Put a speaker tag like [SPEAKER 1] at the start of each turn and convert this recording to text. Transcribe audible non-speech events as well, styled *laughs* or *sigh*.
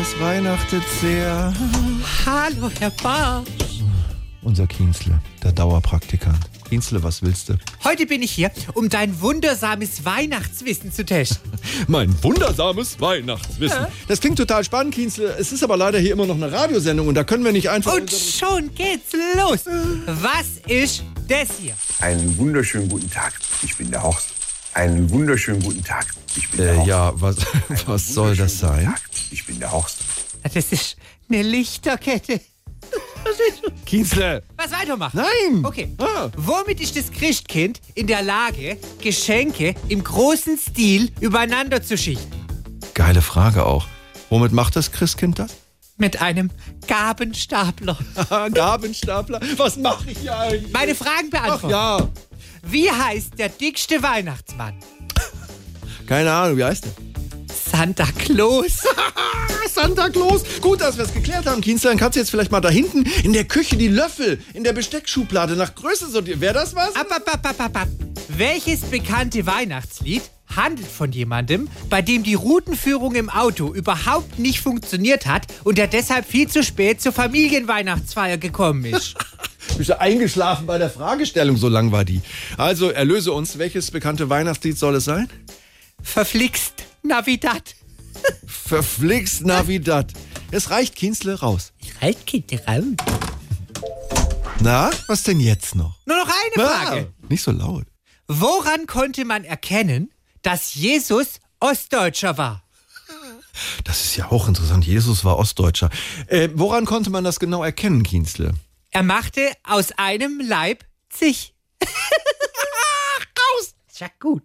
[SPEAKER 1] es weihnachtet sehr.
[SPEAKER 2] Hallo, Herr Barth.
[SPEAKER 1] Unser Kienzle, der Dauerpraktikant. Kienzle, was willst du?
[SPEAKER 2] Heute bin ich hier, um dein wundersames Weihnachtswissen zu testen.
[SPEAKER 1] Mein wundersames Weihnachtswissen. Das klingt total spannend, Kienzle. Es ist aber leider hier immer noch eine Radiosendung und da können wir nicht einfach.
[SPEAKER 2] Und schon geht's los. Was ist das hier?
[SPEAKER 3] Einen wunderschönen guten Tag. Ich bin der Horst. Einen wunderschönen guten Tag. Ich bin der
[SPEAKER 1] äh,
[SPEAKER 3] Horst.
[SPEAKER 1] ja, was, *laughs* was soll das
[SPEAKER 3] Wunderschönen
[SPEAKER 1] sein?
[SPEAKER 3] Guten Tag. Ich bin der Horst.
[SPEAKER 2] Das ist eine Lichterkette.
[SPEAKER 1] Kienzle!
[SPEAKER 2] Was weitermachen?
[SPEAKER 1] Nein!
[SPEAKER 2] Okay.
[SPEAKER 1] Ah.
[SPEAKER 2] Womit ist das Christkind in der Lage, Geschenke im großen Stil übereinander zu schichten?
[SPEAKER 1] Geile Frage auch. Womit macht das Christkind das?
[SPEAKER 2] Mit einem Gabenstapler.
[SPEAKER 1] *laughs* Gabelstapler. Was mache ich hier eigentlich?
[SPEAKER 2] Meine Fragen
[SPEAKER 1] Ach
[SPEAKER 2] beantworten.
[SPEAKER 1] ja.
[SPEAKER 2] Wie heißt der dickste Weihnachtsmann?
[SPEAKER 1] Keine Ahnung, wie heißt der?
[SPEAKER 2] Santa Claus.
[SPEAKER 1] *laughs* Santa Claus. Gut, dass wir es geklärt haben, Kienzle. Dann kannst du jetzt vielleicht mal da hinten in der Küche die Löffel in der Besteckschublade nach Größe sortieren. Wäre das was?
[SPEAKER 2] Ab, ab, ab, ab, ab, ab. Welches bekannte Weihnachtslied handelt von jemandem, bei dem die Routenführung im Auto überhaupt nicht funktioniert hat und der deshalb viel zu spät zur Familienweihnachtsfeier gekommen ist? *laughs*
[SPEAKER 1] Bist du eingeschlafen bei der Fragestellung? So lang war die. Also, erlöse uns. Welches bekannte Weihnachtslied soll es sein?
[SPEAKER 2] Verflixt Navidad.
[SPEAKER 1] Verflixt
[SPEAKER 2] Äh.
[SPEAKER 1] Navidad. Es reicht Kienzle raus.
[SPEAKER 2] Altkind raus.
[SPEAKER 1] Na, was denn jetzt noch?
[SPEAKER 2] Nur noch eine Frage.
[SPEAKER 1] Ah, nicht so laut.
[SPEAKER 2] Woran konnte man erkennen, dass Jesus Ostdeutscher war?
[SPEAKER 1] Das ist ja auch interessant. Jesus war Ostdeutscher. Äh, woran konnte man das genau erkennen, Kienzle?
[SPEAKER 2] Er machte *laughs* aus einem Leib zig. Raus! Ist ja gut.